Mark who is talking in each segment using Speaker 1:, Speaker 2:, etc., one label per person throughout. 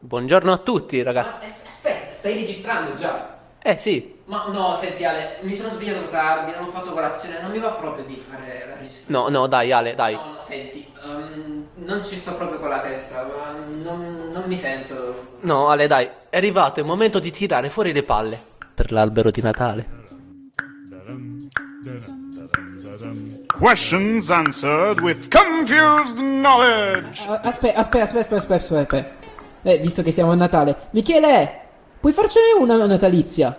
Speaker 1: Buongiorno a tutti, ragazzi.
Speaker 2: Ma as- Ah, aspetta, stai registrando già?
Speaker 1: Eh sì,
Speaker 2: Ma no, senti Ale, mi sono svegliato tardi, non ho fatto colazione, non mi va proprio di fare la registrazione.
Speaker 1: no, no, dai, Ale, dai.
Speaker 2: No, no, senti, ehm, non ci sto proprio con la testa, ma non, non mi sento.
Speaker 1: No, Ale, dai. È arrivato il momento di tirare fuori le palle. Per l'albero di Natale.
Speaker 3: Questions answered with confused knowledge.
Speaker 4: Aspetta, aspetta, aspetta, aspetta, aspetta. Eh, visto che siamo a Natale. Michele, puoi farcene una natalizia?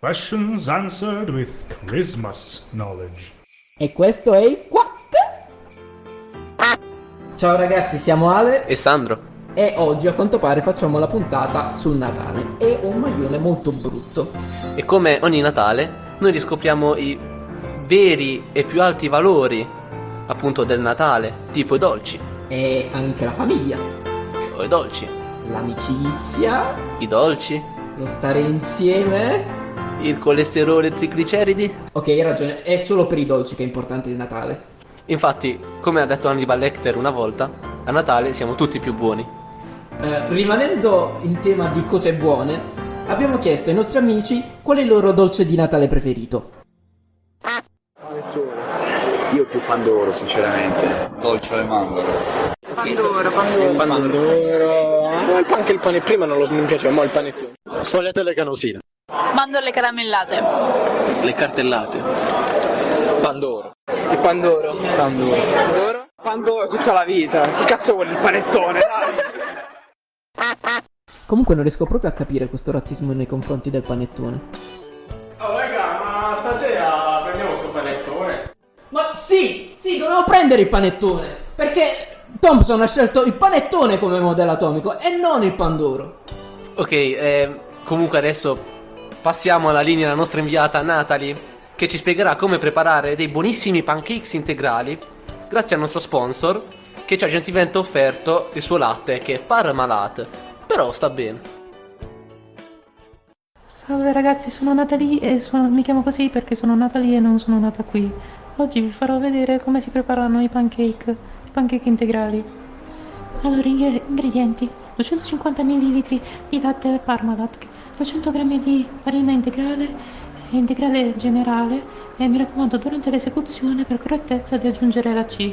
Speaker 5: Questions answered with Christmas knowledge.
Speaker 4: E questo è il quack. Ciao ragazzi, siamo Ale
Speaker 1: E Sandro?
Speaker 4: e oggi a quanto pare facciamo la puntata sul Natale e ho un maglione molto brutto.
Speaker 1: E come ogni Natale, noi riscopriamo i veri e più alti valori, appunto, del Natale, tipo i dolci.
Speaker 4: E anche la famiglia,
Speaker 1: O i dolci.
Speaker 4: l'amicizia,
Speaker 1: I dolci?
Speaker 4: lo stare insieme.
Speaker 1: Il colesterolo e i trigliceridi?
Speaker 4: Ok, hai ragione, è solo per i dolci che è importante il Natale.
Speaker 1: Infatti, come ha detto Hannibal Lecter una volta, a Natale siamo tutti più buoni.
Speaker 4: Eh, rimanendo in tema di cose buone, abbiamo chiesto ai nostri amici qual è il loro dolce di Natale preferito.
Speaker 6: Io più Pandoro, sinceramente.
Speaker 7: Dolce alle mandorle.
Speaker 8: Anche il pane prima non lo, mi piaceva, ma il panettone.
Speaker 6: Sfogliate le canosine.
Speaker 9: Mandorle caramellate.
Speaker 6: Le cartellate. Pandoro.
Speaker 8: Il pandoro. Pandoro. Pandoro tutta la vita. Che cazzo vuole il panettone?
Speaker 4: Comunque non riesco proprio a capire questo razzismo nei confronti del panettone.
Speaker 7: Oh raga, ma stasera prendiamo sto panettone.
Speaker 4: Ma sì, sì, dovevo prendere il panettone, perché Thompson ha scelto il panettone come modello atomico e non il pandoro.
Speaker 1: Ok, eh, comunque adesso passiamo alla linea della nostra inviata Natalie che ci spiegherà come preparare dei buonissimi pancakes integrali grazie al nostro sponsor che ci ha gentilmente offerto il suo latte che è Parmalat, però sta bene.
Speaker 10: Salve ragazzi, sono nata lì e sono- mi chiamo così perché sono nata lì e non sono nata qui. Oggi vi farò vedere come si preparano i pancake, i pancake integrali. Allora, ingre- ingredienti. 250 ml di latte Parmalat, 200 g di farina integrale, eh, integrale generale e mi raccomando durante l'esecuzione per correttezza di aggiungere la C.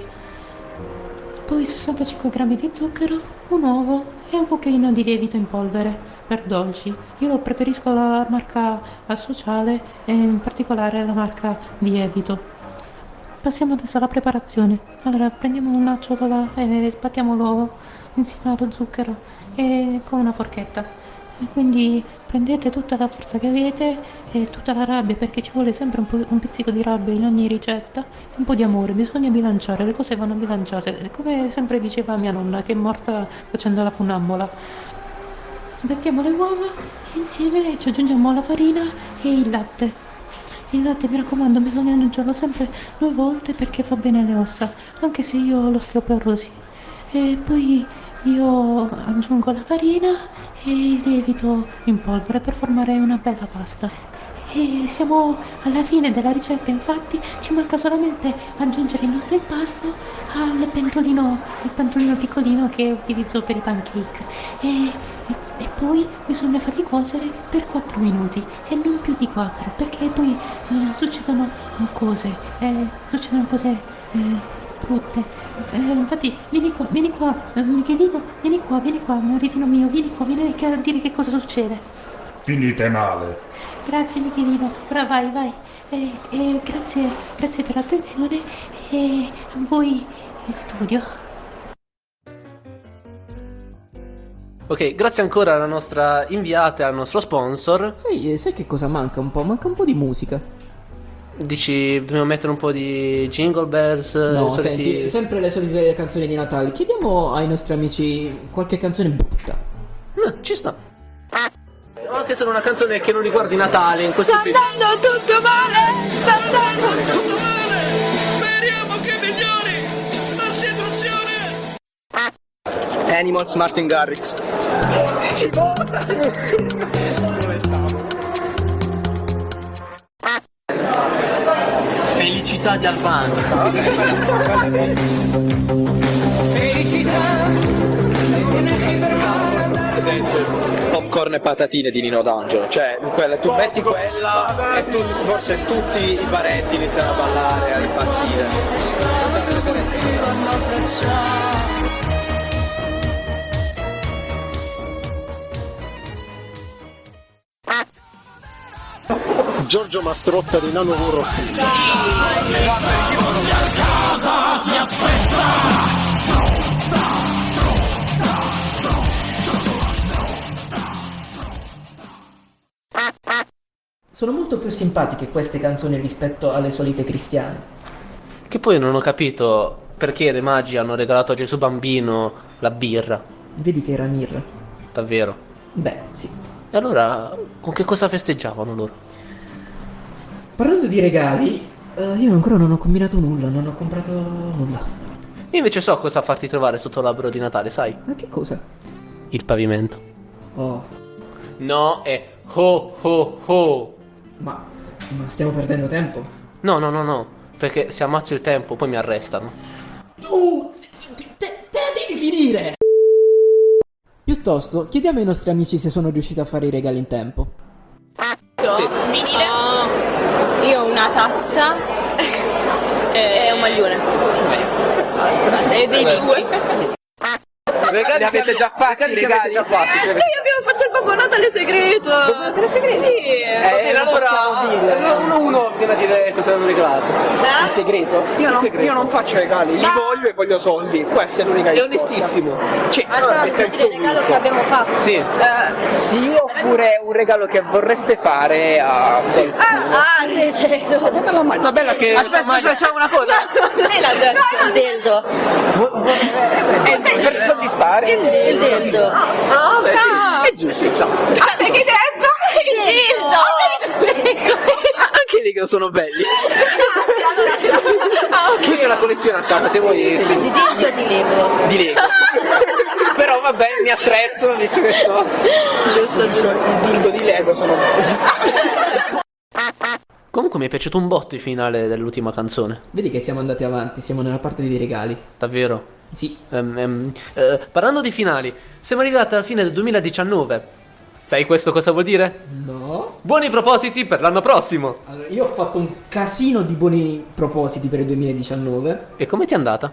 Speaker 10: Poi 65 g di zucchero, un uovo e un pochino di lievito in polvere per dolci. Io lo preferisco la marca sociale e in particolare la marca di lievito. Passiamo adesso alla preparazione. Allora prendiamo una ciotola e sbattiamo l'uovo insieme allo zucchero e con una forchetta. E quindi prendete tutta la forza che avete e tutta la rabbia perché ci vuole sempre un, po- un pizzico di rabbia in ogni ricetta e un po' di amore, bisogna bilanciare, le cose vanno bilanciate, come sempre diceva mia nonna che è morta facendo la funambola. Sbattiamo le uova e insieme ci aggiungiamo la farina e il latte. Il latte, mi raccomando, bisogna aggiungerlo sempre due volte perché fa bene alle ossa, anche se io ho l'osteoporosi. E poi io aggiungo la farina e il lievito in polvere per formare una bella pasta. E siamo alla fine della ricetta, infatti ci manca solamente aggiungere il nostro impasto al pentolino, il pentolino piccolino che utilizzo per i pancake. E e poi bisogna farli cuocere per 4 minuti e non più di 4 perché poi eh, succedono cose, eh, succedono cose eh, brutte. Eh, infatti vieni qua, vieni qua, eh, Michelino, vieni qua, vieni qua, moritino mio, vieni qua, vieni qua a dire che cosa succede.
Speaker 5: Finite male.
Speaker 10: Grazie Michelino, ora vai, vai. Eh, eh, grazie, grazie per l'attenzione e a voi in studio.
Speaker 1: Ok, grazie ancora alla nostra inviata e al nostro sponsor.
Speaker 4: Sai, eh, sai che cosa manca un po'? Manca un po' di musica.
Speaker 1: Dici, dobbiamo mettere un po' di jingle bells?
Speaker 4: No,
Speaker 1: i soliti-
Speaker 4: senti, sempre le solite canzoni di Natale. Chiediamo ai nostri amici qualche canzone brutta.
Speaker 1: Eh, ci sta. O anche solo una canzone che non riguardi Natale in questo film.
Speaker 9: andando tutto male! Sta andando tutto
Speaker 8: Animals Martin Garrix.
Speaker 6: Felicità di Albano.
Speaker 2: Felicità, per me.
Speaker 11: popcorn e patatine di Nino D'Angelo. Cioè, quella- tu metti quella e tu, forse tutti i parenti iniziano a ballare, a impazzire.
Speaker 12: Giorgio Mastrotta di Nano Voro Stile.
Speaker 13: Casa ti aspetta!
Speaker 4: Sono molto più simpatiche queste canzoni rispetto alle solite cristiane.
Speaker 1: Che poi non ho capito perché le magi hanno regalato a Gesù Bambino la birra.
Speaker 4: Vedi che era mirra.
Speaker 1: Davvero.
Speaker 4: Beh, sì.
Speaker 1: E allora con che cosa festeggiavano loro?
Speaker 4: Parlando di regali, eh, io ancora non ho combinato nulla, non ho comprato nulla.
Speaker 1: Io invece so cosa farti trovare sotto l'albero di Natale, sai?
Speaker 4: Ma che cosa?
Speaker 1: Il pavimento.
Speaker 4: Oh,
Speaker 1: No, è ho ho ho.
Speaker 4: ma, ma stiamo perdendo tempo.
Speaker 1: No, no, no, no. Perché se ammazzo il tempo poi mi arrestano.
Speaker 4: Tu! Te, devi finire! Piuttosto, chiediamo ai nostri amici se sono riusciti a fare i regali in tempo.
Speaker 14: Vinile. Ah. io ho una tazza e un maglione. Basta, e dei due. Eh,
Speaker 8: Regali avete già fatti, regali, avete già fatti.
Speaker 14: Eh, noi abbiamo fatto il Babbo Natale segreto. Sì.
Speaker 8: Eh, allora, uno uno viene a dire cosa hanno regalato. Il segreto? Io non, io non faccio regali, li voglio e voglio soldi. Questa è l'unica risposta. È onestissimo. Cioè,
Speaker 14: Aspetta,
Speaker 8: nel
Speaker 14: se
Speaker 8: senso
Speaker 14: il regalo
Speaker 8: unico.
Speaker 14: che abbiamo fatto.
Speaker 8: Sì.
Speaker 14: Eh,
Speaker 8: Sì, oppure un regalo che vorreste fare a qualcuno.
Speaker 14: Ah, se ce ne sono.
Speaker 8: Ma bella che
Speaker 14: Aspetta, aspetta, facciamo una cosa. Lei l'ha detto. il dildo. Eh,
Speaker 8: per soddisfare
Speaker 14: Il dildo.
Speaker 8: Ah, beh, sì, è giusto, ci sta.
Speaker 14: Ah, che detto? Il dildo.
Speaker 8: Anche lì che sono belli.
Speaker 14: Ah, Allora ce l'ho. Ah, ok.
Speaker 8: Io c'ho la collezione a casa, se vuoi. sì.
Speaker 14: Di dildo o di Lego?
Speaker 8: Di Lego. Però vabbè, mi attrezzo, visto che sto. Giusto, giusto. Il dildo di Lego sono
Speaker 1: Comunque mi è piaciuto un botto il finale dell'ultima canzone.
Speaker 4: Vedi che siamo andati avanti, siamo nella parte dei regali.
Speaker 1: Davvero? Ehm, eh,
Speaker 4: Sì.
Speaker 1: parlando di finali, siamo arrivati alla fine del 2019. Sai questo cosa vuol dire?
Speaker 4: No.
Speaker 1: Buoni propositi per l'anno prossimo.
Speaker 4: Allora, io ho fatto un casino di buoni propositi per il 2019.
Speaker 1: E come ti è andata?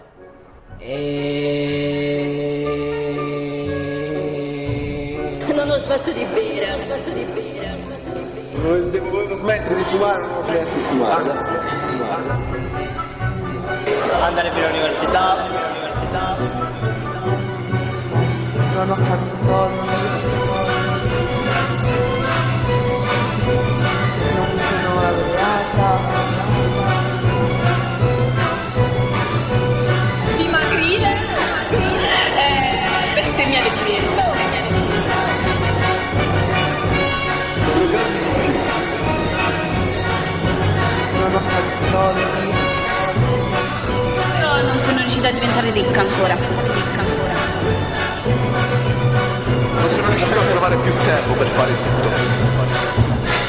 Speaker 14: Non ho smesso di bere, non ho smesso di bere, non ho smesso di bere.
Speaker 12: Volevo smettere di fumare, non ho smesso di fumare.
Speaker 11: Andare per l'università.
Speaker 13: Non ho fatto soldi. Non sono laureata.
Speaker 14: Dimagrire, eh, bestemmiare di meno.
Speaker 13: Non ho fatto soldi.
Speaker 14: Però non sono riuscita a diventare ricca ancora.
Speaker 15: Non sono riuscito a trovare più tempo per fare tutto.